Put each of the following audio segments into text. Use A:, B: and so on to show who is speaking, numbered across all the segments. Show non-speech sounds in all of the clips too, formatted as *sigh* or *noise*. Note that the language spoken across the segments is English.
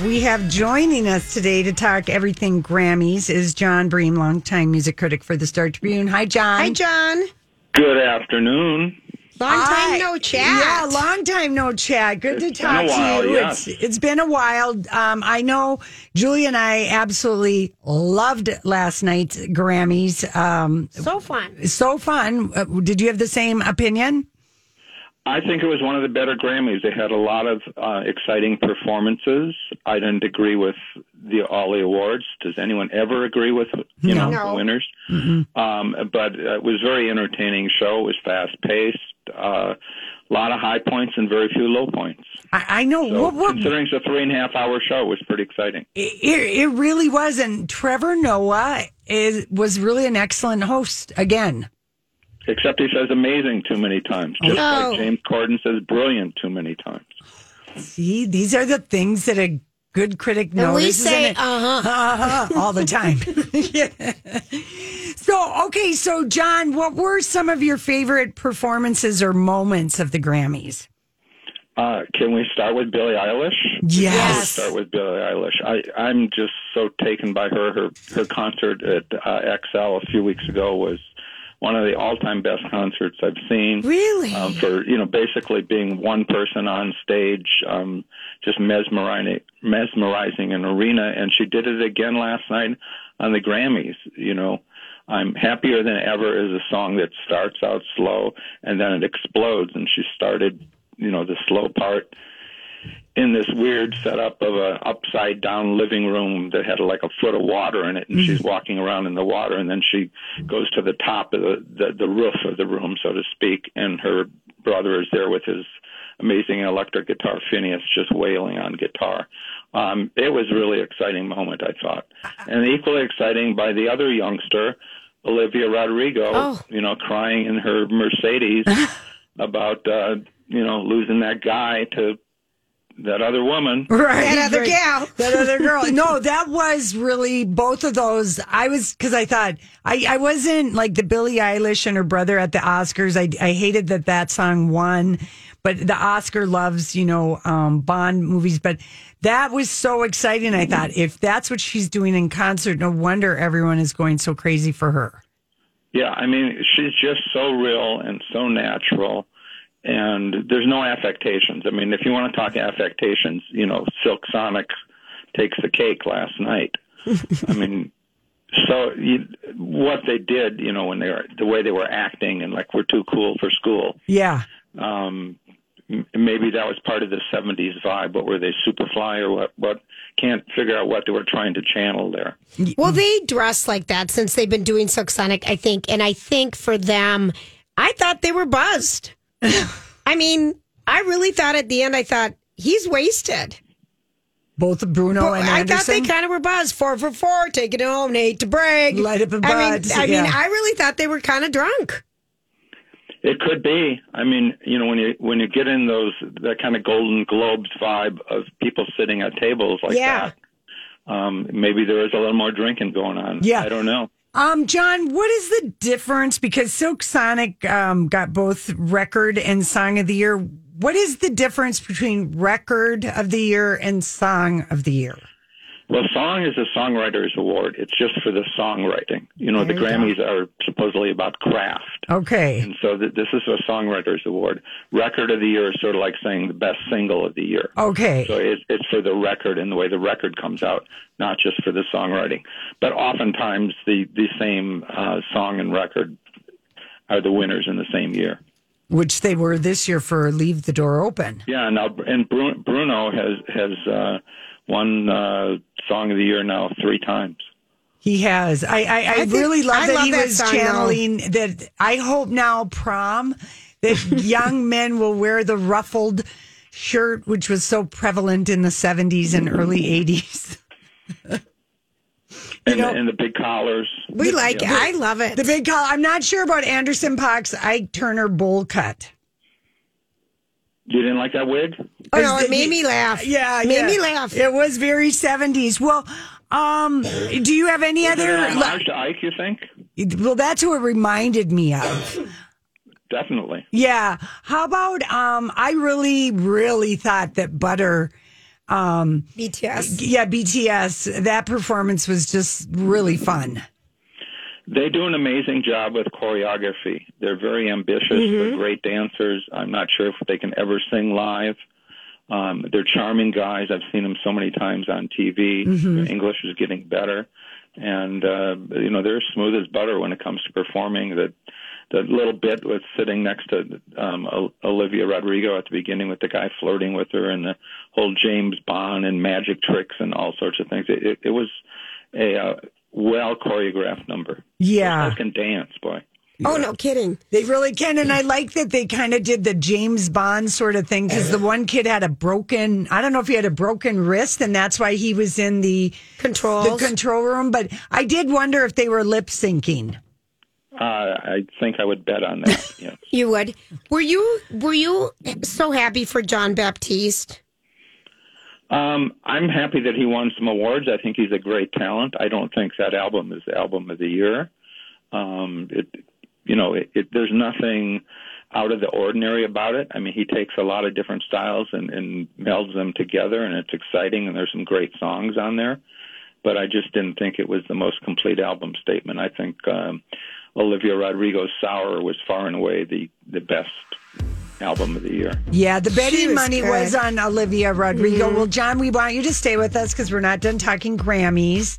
A: We have joining us today to talk everything Grammys is John Bream, longtime music critic for the Star Tribune. Hi, John.
B: Hi, John.
C: Good afternoon.
B: Long time
A: Hi.
B: no chat.
A: Yeah, long time no chat. Good to
C: It's
A: talk
C: been a
A: to
C: while,
A: you.
C: yeah.
A: It's, it's been a while. Um, I know Julie and I absolutely loved last night's Grammys. Um,
B: So fun.
A: so fun. Uh, did you have the same opinion?
C: I think it was one of the better Grammys. They had a lot of uh, exciting performances. I didn't agree with the all the awards. Does anyone ever agree with you
A: No.
C: know the
B: No.
C: winners? Um, but it was a very entertaining show. It was fast paced. A uh, lot of high points and very few low points.
A: I, I know.
C: So
A: what, what,
C: considering it's a three and a half hour show, it was pretty exciting.
A: It, it really was. And Trevor Noah is, was really an excellent host again.
C: Except he says amazing too many times. Just
B: Oh.
C: like James Corden says brilliant too many times.
A: See, these are the things that a good critic knows.
B: we
A: isn't
B: say,
A: it?
B: uh-huh.
A: Uh-huh, *laughs* all the time. Yeah. So, okay, so John, what were some of your favorite performances or moments of the Grammys?
C: Uh, can we start with Billie Eilish?
A: Yes.
C: start with Billie Eilish. I I'm just so taken by her. Her her concert at uh, XL a few weeks ago was one of the all time best concerts I've seen.
A: Really?
C: Um, for you know, basically being one person on stage, um, just mesmerizing, mesmerizing an arena, and she did it again last night on the Grammys. You know, I'm happier than ever is a song that starts out slow and then it explodes, and she started, you know, the slow part in this weird setup of a upside down living room that had like a foot of water in it and she's walking around in the water and then she goes to the top of the, the the roof of the room so to speak and her brother is there with his amazing electric guitar Phineas just wailing on guitar um it was a really exciting moment I thought and equally exciting by the other youngster Olivia Rodrigo you know crying in her Mercedes about uh you know losing that guy to that other woman.
A: Right.
B: That other
A: right.
B: gal.
A: That other girl. No, that was really both of those. I was, cause I thought, I, I wasn't like the Billie Eilish and her brother at the Oscars. I, I hated that that song won, but the Oscar loves, you know, um, Bond movies. But that was so exciting. I thought, if that's what she's doing in concert, no wonder everyone is going so crazy for her.
C: Yeah, I mean, she's just so real and so natural, and there's no affectations. I mean, if you want to talk affectations, you know, Silk Sonic takes the cake last night. I mean, *laughs* so you, what they did, you know, when they were the way they were acting and like we're too cool for school.
A: Yeah.
C: Um, m- maybe that was part of the '70s vibe. What were they, Superfly or what? What can't figure out what they were trying to channel there.
B: Well, they dress like that since they've been doing Silk Sonic, I think. And I think for them, I thought they
A: *laughs*
B: were buzzed. I mean, I really thought at the end, I thought, he's wasted.
A: Both Bruno
B: But
A: Oh, and
B: I
A: Anderson.
B: thought they kind of were buzzed. Four for four, taking it home, Nate to brag.
A: Light up a
B: I mean,
A: bud,
B: I, mean
A: yeah.
B: I really thought they were kind of drunk.
C: It could be. I mean, you know, when you when you get in those that kind of Golden Globes vibe of people sitting at tables like
B: Yeah.
C: that, um, maybe there is a little more drinking going on.
A: Yeah.
C: I don't know.
A: Um, John, what is the difference? Because Silk Sonic um, got both record and song of the year. What is the difference between record of the year and song of the year?
C: Well, song is a songwriter's award. It's just for the songwriting. You know, the Grammys are supposedly about craft.
A: Okay.
C: And so th- this is a songwriter's award. Record of the year is sort of like saying the best single of the year. So
A: Okay.
C: it's, it's for the record and the way the record comes out, not just for the songwriting. But oftentimes the, the same uh, song and record are the winners in the same year.
A: Which they were this year for Leave the Door Open.
C: Yeah, now and Bru- Bruno has has uh, won uh, song of the year now three times.
A: He has. I I, I,
B: think-
A: really love
B: I
A: that
B: love
A: he
B: that
A: was
B: song, though.
A: channeling that. I hope now prom
B: *laughs*
A: that young men will wear the ruffled shirt, which was so prevalent in the seventies and early eighties.
C: And,
A: know-
C: and the big collars.
B: We like it. I love it.
A: The big call. I'm not sure about Anderson Pox Ike Turner bowl cut.
C: You didn't like that wig?
B: oh, no,
A: Is
B: it
A: the-
B: made me laugh.
A: Yeah,
B: Made
A: yeah.
B: me laugh.
A: It was very seventies. Well, um, do you have any
C: Is it an
A: other?
C: homage to Ike, you think?
A: Well, that's who it reminded me of.
C: Definitely.
A: Yeah. How about um I really really thought that Butter um,
B: BTS.
A: yeah BTS that performance was just really fun.
C: They do an amazing job with choreography. They're very ambitious.
B: Mm-hmm.
C: They're great dancers. I'm not sure if they can ever sing live. Um, they're charming guys. I've seen them so many times on TV. Their English is getting better, and uh, you know they're smooth as butter when it comes to performing. That that little bit with sitting next to um, O- Olivia Rodrigo at the beginning with the guy flirting with her, and the whole James Bond and magic tricks and all sorts of things. It, it, it was a uh, well choreographed number.
A: Yeah.
C: Those guys can dance, boy.
B: Oh, no kidding.
A: They really can and I like that they kind of did the James Bond sort of thing cuz the one kid had a broken I don't know if he had a broken wrist and that's why he was in the the
B: Controls.
A: control room but I did wonder if they were lip syncing.
C: Uh, I think I would bet on that. yes.
B: you would. Were you were you so happy for John Baptiste?
C: Um, I'm happy that he won some awards. I think he's a great talent. I don't think that album is the album of the year. Um, it, you know, it, it, there's nothing out of the ordinary about it. I mean, he takes a lot of different styles and, and melds them together, and it's exciting. And there's some great songs on there. But I just didn't think it was the most complete album statement. I think um, Olivia Rodrigo's "Sour" was far and away the the best album of the year.
A: Yeah, the
B: She
A: betting
B: was
A: money
B: good.
A: was Mm-hmm. on Olivia Rodrigo. Well, John, we want you to stay with us because we're not done talking Grammys.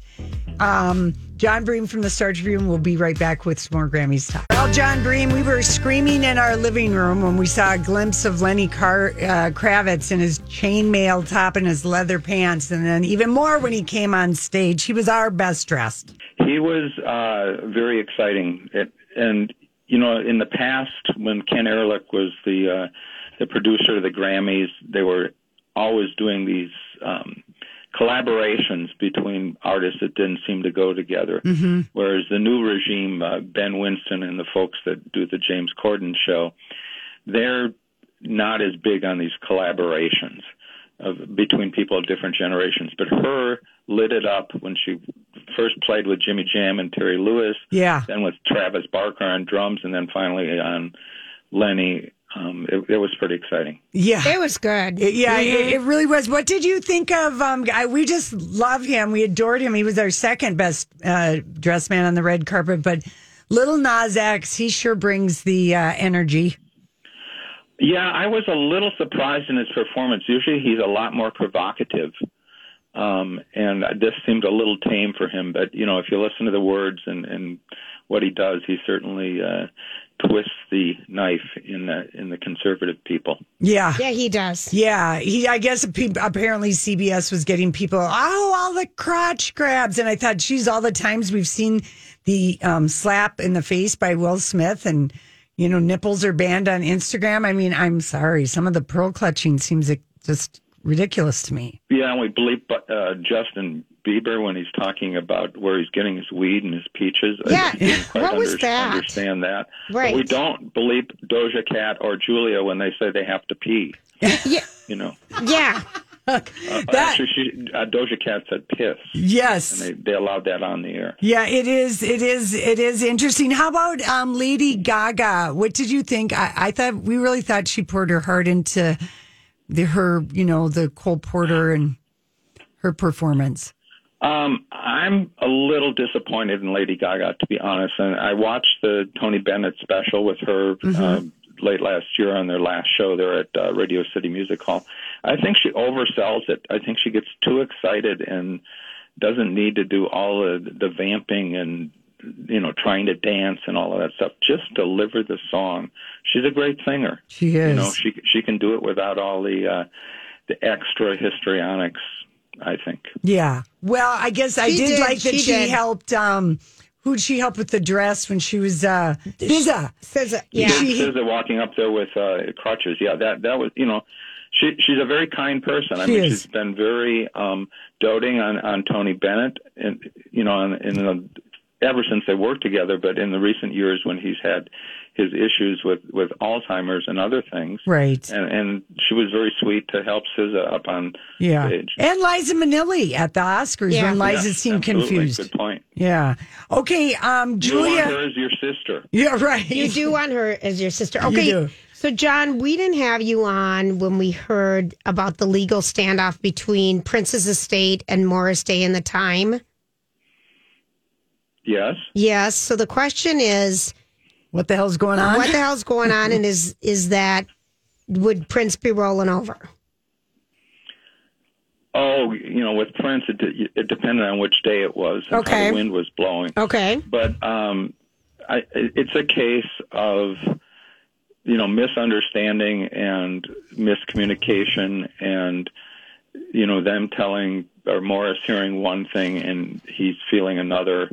A: Um, John Bream from the Star Tribune will be right back with some more Grammys talk. Well, John Bream, we were screaming in our living room when we saw a glimpse of Lenny Car- uh, Kravitz in his chainmail top and his leather pants, and then even more when he came on stage. He was our best dressed.
C: He was uh, very exciting, it, and you know, in the past when Ken Ehrlich was the uh, the producer of the Grammys, they were always doing these um, collaborations between artists that didn't seem to go together. Mm-hmm. Whereas the new regime, uh, Ben Winston and the folks that do the James Corden show, they're not as big on these collaborations of between people of different generations. But her lit it up when she first played with Jimmy Jam and Terry Lewis,
A: Yeah.
C: then with Travis Barker on drums, and then finally on Lenny. Um, it, it was pretty exciting.
A: Yeah.
B: It was good.
A: Yeah, it, it really was. What did you think of? Um, I, we just love him. We adored him. He was our second best uh, dressed man on the red carpet. But little Nas X, he sure brings the uh, energy.
C: Yeah, I was a little surprised in his performance. Usually, he's a lot more provocative, um, and this seemed a little tame for him. But you know, if you listen to the words and, and what he does, he certainly uh, twists the knife in the in the conservative people.
A: Yeah.
B: Yeah, he does.
A: Yeah, he. I guess pe- apparently CBS was getting people. Oh, all the crotch grabs, and I thought, geez, all the times we've seen the um, slap in the face by Will Smith, and you know, nipples are banned on Instagram. I mean, I'm sorry, some of the pearl clutching seems like, just ridiculous to me.
C: Yeah, and we bleep uh, Justin Bieber when he's talking about where he's getting his weed and his peaches. I
B: Yeah, *laughs*
C: didn't quite
B: what was
C: under-
B: that?
C: Understand that?
B: Right.
C: But we don't bleep Doja Cat or Julia when they say they have to pee.
B: Yeah.
C: You know.
A: That-
B: Yeah.
C: Actually, she, uh, Doja Cat said piss.
A: Yes.
C: They, they allowed that on the air.
A: Yeah, it is. It is. It is interesting. How about um, Lady Gaga? What did you think? I, I thought we really thought she poured her heart into the her, you know, the Cole Porter and her performance.
C: Um, I'm a little disappointed in Lady Gaga, to be honest. And I watched the Tony Bennett special with her um, late last year on their last show there at uh, Radio City Music Hall. I think she oversells it. I think she gets too excited and doesn't need to do all the, the vamping and you know trying to dance and all of that stuff. Just deliver the song. She's a great singer.
A: She
C: You
A: is.
C: know, she she can do it without all the uh, the extra histrionics. I think.
A: yeah. Well, I guess I
B: She
A: did,
B: did,
A: like that she,
B: she did.
A: helped um who'd she help with the dress when she was uh SZA.
B: Says, uh, yeah.
C: She says that walking up there with uh, crutches. Yeah, that that was you know, she she's a very kind person. I
A: She
C: mean,
A: is.
C: she's been very um, doting on on Tony Bennett, and you know, and in the, ever since they worked together. But in the recent years, when he's had his issues with with Alzheimer's and other things,
A: Right.
C: and, and she was very sweet to help SZA up on
A: Yeah.
C: stage.
A: And Liza Minnelli at the Oscars
B: Yeah.
A: when Liza
C: Yeah,
A: seemed
C: absolutely.
A: confused.
C: Good point.
A: Yeah. Okay, um
C: You want
A: Julia.
C: her as your sister.
A: Yeah, right.
B: You do want her as your sister. Okay.
A: do.
B: So, John, we didn't have you on when we heard about the legal standoff between Prince's estate and Morris Day and the time.
C: Yes.
B: Yes. So the question is,
A: What the hell's going on?
B: what the hell's going on, and is is that would Prince be rolling over?
C: Oh, you know, with Prince, it, de- it depended on which day it was and how
B: Okay.
C: the wind was blowing.
B: Okay.
C: But um, I, it's a case of you know misunderstanding and miscommunication, and you know them telling or Morris hearing one thing and he's feeling another.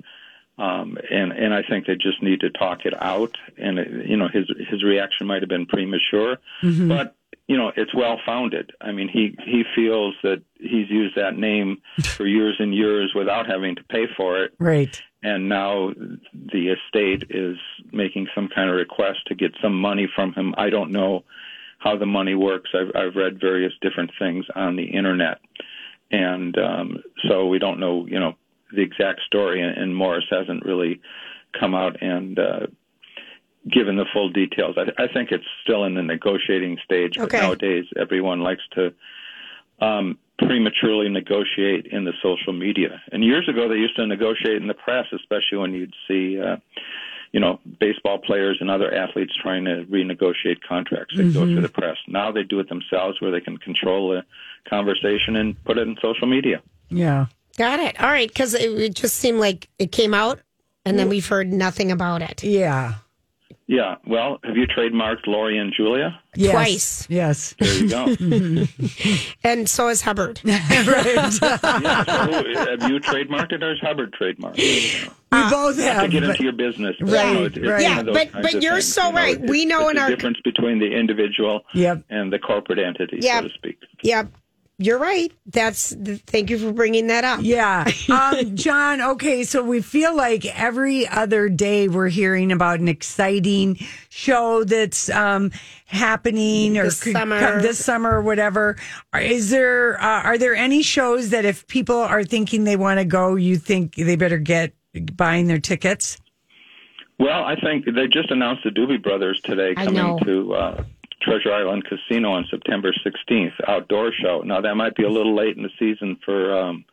C: Um, and and I think they just need to talk it out. And it, you know his his reaction might have been premature, but you know it's well founded. I mean he he feels that he's used that name for years and years without having to pay for it,
A: Right.
C: and now the estate is making some kind of request to get some money from him. I don't know how the money works. I've, I've read various different things on the internet, and um, so we don't know, you know, the exact story. And, and Morris hasn't really come out and uh, given the full details. I, I think it's still in the negotiating stage. But
B: Okay.
C: nowadays, everyone likes to um, prematurely negotiate in the social media. And years ago, they used to negotiate in the press, especially when you'd see, uh, you know, baseball players and other athletes trying to renegotiate contracts. They go
B: Mm-hmm.
C: through the press. Now they do it themselves, where they can control the conversation and put it in social media.
A: Yeah.
B: Got it. All right. Because it, it just seemed like it came out, and
A: Mm.
B: then we've heard nothing about it.
A: Yeah.
C: Yeah. Well, have you trademarked Lori and Julia?
A: Yes.
B: Twice. *laughs*
A: Yes. *laughs*
C: There you go.
B: And so is Hubbard.
C: yeah, so have you trademarked it, or is Hubbard trademarked? it? You know?
A: We
B: Uh,
A: both
C: Not to
A: have.
C: get
A: but-
C: into your business. but,
A: Right,
C: you know, it's- it's
A: right.
C: one
B: Yeah,
C: of those
B: but-
C: kinds
B: but
C: of
B: you're
C: things,
B: so
C: you know,
B: right.
C: it's-
B: We know
C: it's
B: in
C: the
B: our-
C: difference between the individual
A: Yep.
C: and the corporate entity,
B: Yep.
C: so to speak.
B: Yep. You're right. That's. Thank you for bringing that up. *laughs*
A: Yeah. Um, John, okay, so we feel like every other day we're hearing about an exciting show that's um, happening or
B: This
A: could
B: summer.
A: come this summer or whatever. Are- Is there uh, are there any shows that if people are thinking they want to go, you think they better get buying their tickets?
C: Well, I think they just announced the Doobie Brothers today
B: I know.
C: coming to uh, Treasure Island Casino on September 16th, outdoor show. Now, that might be a little late in the season for um,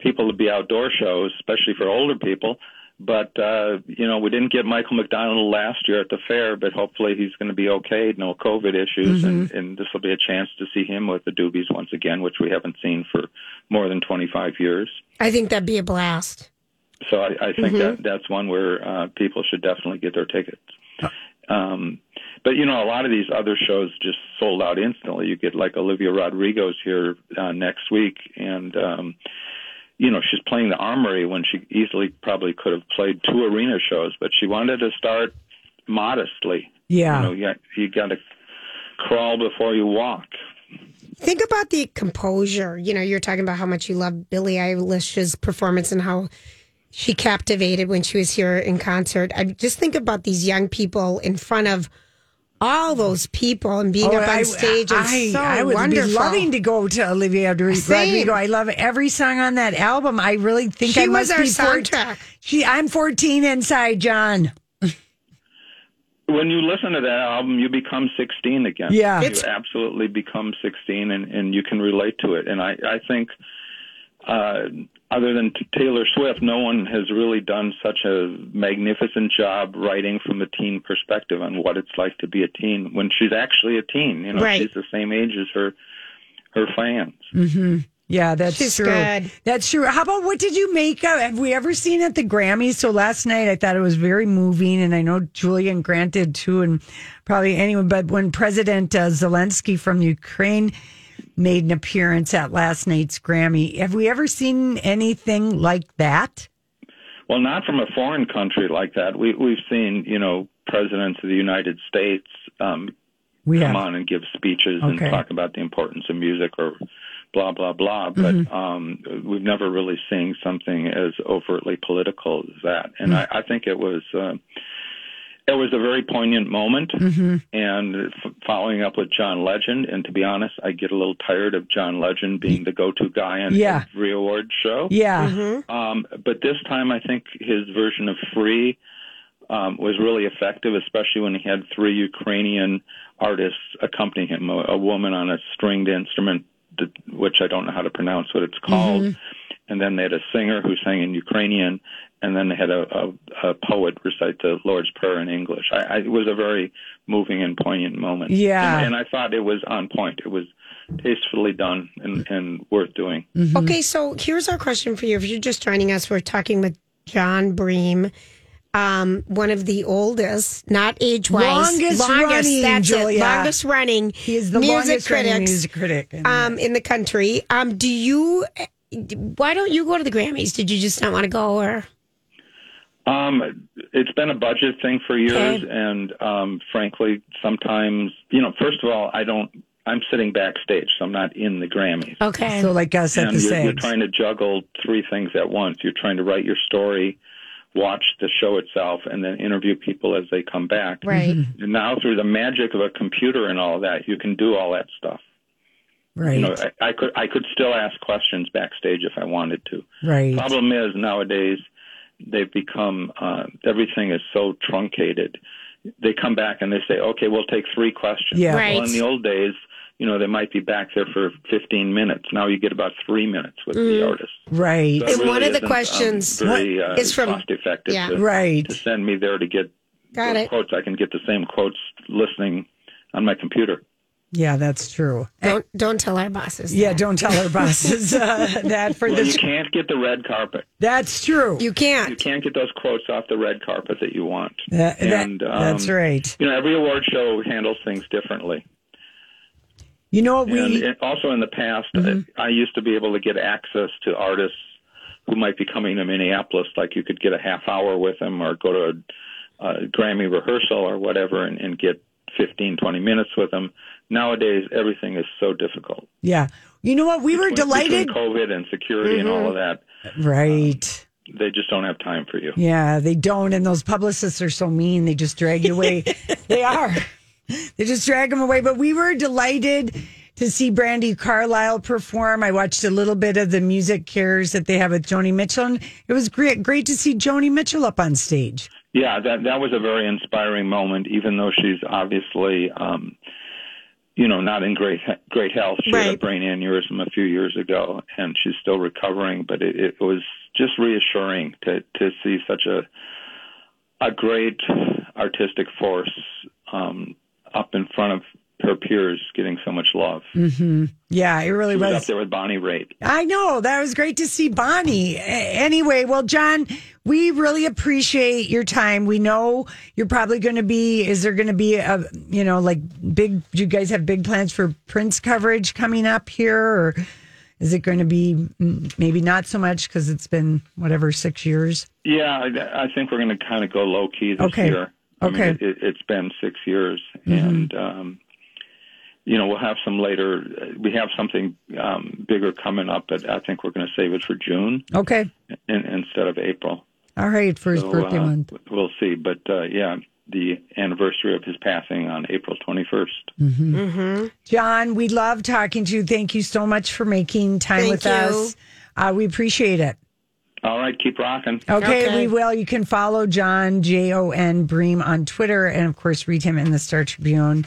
C: people to be outdoor shows, especially for older people. But, uh, you know, we didn't get Michael McDonald last year at the fair, but hopefully he's going to be okay, no COVID issues, and,
B: Mm-hmm.
C: and this will be a chance to see him with the Doobies once again, which we haven't seen for more than 25 years.
B: I think that'd be a blast.
C: So I, I think that that's one where uh, people should definitely get their tickets. Um, but you know, a lot of these other shows just sold out instantly. You get like Olivia Rodrigo's here uh, next week, and um, you know she's playing the Armory when she easily probably could have played two arena shows, but she wanted to start modestly.
A: Yeah.
C: You know, you got, you got to crawl before you walk.
B: Think about the composure. You know, you're talking about how much you love Billie Eilish's performance and how she captivated when she was here in concert. I just think about these young people in front of all those people and being
A: Oh,
B: up on stage. and
A: I,
B: so
A: I would
B: wonderful.
A: be loving to go to Olivia Rodri-
B: Same.
A: Rodrigo. I love every song on that album. I really think
B: She
A: I
B: was
A: must
B: our
A: be 14.
B: soundtrack.
A: She, I'm 14 inside, John.
C: When you listen to that album, you become 16 again.
A: Yeah.
C: you absolutely become 16 and, and you can relate to it. And I, I think uh, other than t- Taylor Swift, no one has really done such a magnificent job writing from the teen perspective on what it's like to be a teen when she's actually a teen. You know,
B: Right.
C: she's the same age as her her fans.
A: Yeah, that's
B: She's
A: true.
B: good.
A: That's true. How about what did you make of? Have we ever seen at the Grammys? So last night I thought it was very moving, and I know Julian Grant did too, and probably anyone. But when President uh, Zelensky from Ukraine made an appearance at last night's Grammy, have we ever seen anything like that?
C: Well, not from a foreign country like that. We we've seen you know presidents of the United States um,
A: We
C: come
A: have.
C: on and give speeches
A: Okay.
C: and talk about the importance of music or blah blah blah but
A: Mm-hmm.
C: um we've never really seen something as overtly political as that and
A: Mm.
C: I, I think it was uh, it was a very poignant moment
A: Mm-hmm.
C: and f- following up with john legend and to be honest i get a little tired of john legend being the go-to guy on
A: Yeah.
C: every award show
A: Yeah.
B: Mm-hmm.
C: um, but this time, I think his version of free um, was really effective, especially when he had three Ukrainian artists accompany him a, a woman on a stringed instrument, th- which I don't know how to pronounce what it's called. And then they had a singer who sang in Ukrainian, and then they had a, a, a poet recite the Lord's Prayer in English. I, I, it was a very moving and poignant moment.
A: Yeah.
C: And, and I thought it was on point. It was tastefully done and, and worth doing.
B: Okay, so here's our question for you. If you're just joining us, we're talking with John Bream, um, one of the oldest, not age wise,
A: Longest running,
B: that's
A: Julia.
B: it, longest running.
A: He is the longest running music critic. in
B: um, in the country. Um, do you? Why don't you go to the Grammys? Did you just not want to go, or
C: Um, it's been a budget thing for years,
B: Okay.
C: and um, frankly, sometimes you know. First of all, I don't. I'm sitting backstage, so I'm not in the Grammys.
B: okay?
A: so like us at
C: and
A: the
C: you're, you're
A: Sags.
C: trying to juggle three things at once. You're trying to write your story, watch the show itself, and then interview people as they come back.
B: right.
A: Mm-hmm.
C: And now, through the magic of a computer and all that, you can do all that stuff.
A: right.
C: You know, I, I could I could still ask questions backstage if I wanted to.
A: right.
C: Problem is nowadays they've become uh, everything is so truncated. They come back and they say, "Okay, we'll take three questions."
A: Yeah.
B: Right.
C: Well, in the old days, you know, they might be back there for 15 minutes. Now you get about three minutes with
B: Mm.
C: the artist.
A: Right.
C: So it
B: And one of the
C: isn't, um,
B: questions
C: very, uh,
B: is from-
C: cost effective
B: yeah.
C: to,
A: Right.
C: to send me there to get
B: Got
C: those
B: it.
C: quotes. I can get the same quotes listening on my computer.
A: Yeah, that's true.
B: Don't don't tell our bosses.
A: Yeah, don't tell our bosses *laughs* uh, that for
C: Well, you
A: this.
C: can't get the red carpet.
A: That's true.
B: you
C: You
B: can't.
C: can't get those quotes off the red carpet that you want.
A: That- that-
C: And,
A: that's
C: um,
A: right.
C: You know, every award show handles things differently.
A: You know what
C: and
A: we? Mm-hmm.
C: it- also in the past, I, I used to be able to get access to artists who might be coming to Minneapolis. Like you could get a half hour with them, or go to a, a Grammy rehearsal or whatever, and, and get 15, 20 minutes with them. Nowadays, everything is so difficult.
A: yeah, you know what we were
C: Between-
A: delighted. Mm-hmm.
C: between COVID and security and all of that.
A: Right.
C: They just don't have time for you.
A: Yeah, they don't, and those publicists are so mean. They just drag you away. they are. They just drag them away. But we were delighted to see Brandy Carlisle perform. I watched a little bit of the music cares that they have with Joni Mitchell, and it was great. Great to see Joni Mitchell up on stage.
C: Yeah, that that was a very inspiring moment. Even though she's obviously, um, you know, not in great great health. She had a
B: Right.
C: brain aneurysm a few years ago, and she's still recovering. But it, it was just reassuring to to see such a a great artistic force um, up in front of her peers getting so much love.
A: Yeah, it really
C: She was
A: was.
C: up there with Bonnie Raitt.
A: I know. That was great to see Bonnie. A- Anyway, well, John, we really appreciate your time. We know you're probably going to be, is there going to be a, you know, like big, do you guys have big plans for Prince coverage coming up here? Or is it going to be mm, maybe not so much because it's been whatever, six years?
C: Yeah, I, I think we're going to kind of go low key this
A: Okay.
C: year. I
A: Okay. Mm-hmm.
C: mean, it, it, it's been six years, and um, you know we'll have some later. We have something um, bigger coming up, but I think we're going to save it for June
A: Okay.
C: in, instead of April.
A: All right. For his
C: So,
A: birthday
C: uh,
A: month.
C: We'll see, but uh, yeah, the anniversary of his passing on April twenty first.
A: Mm. John, we love talking to you. Thank you so much for making time
B: Thank
A: with
B: you.
A: us. Uh, we appreciate it.
C: All right, keep rocking.
A: Okay,
B: Okay.
A: we will. You can follow John J O N Bream on Twitter, and of course, read him in the Star Tribune.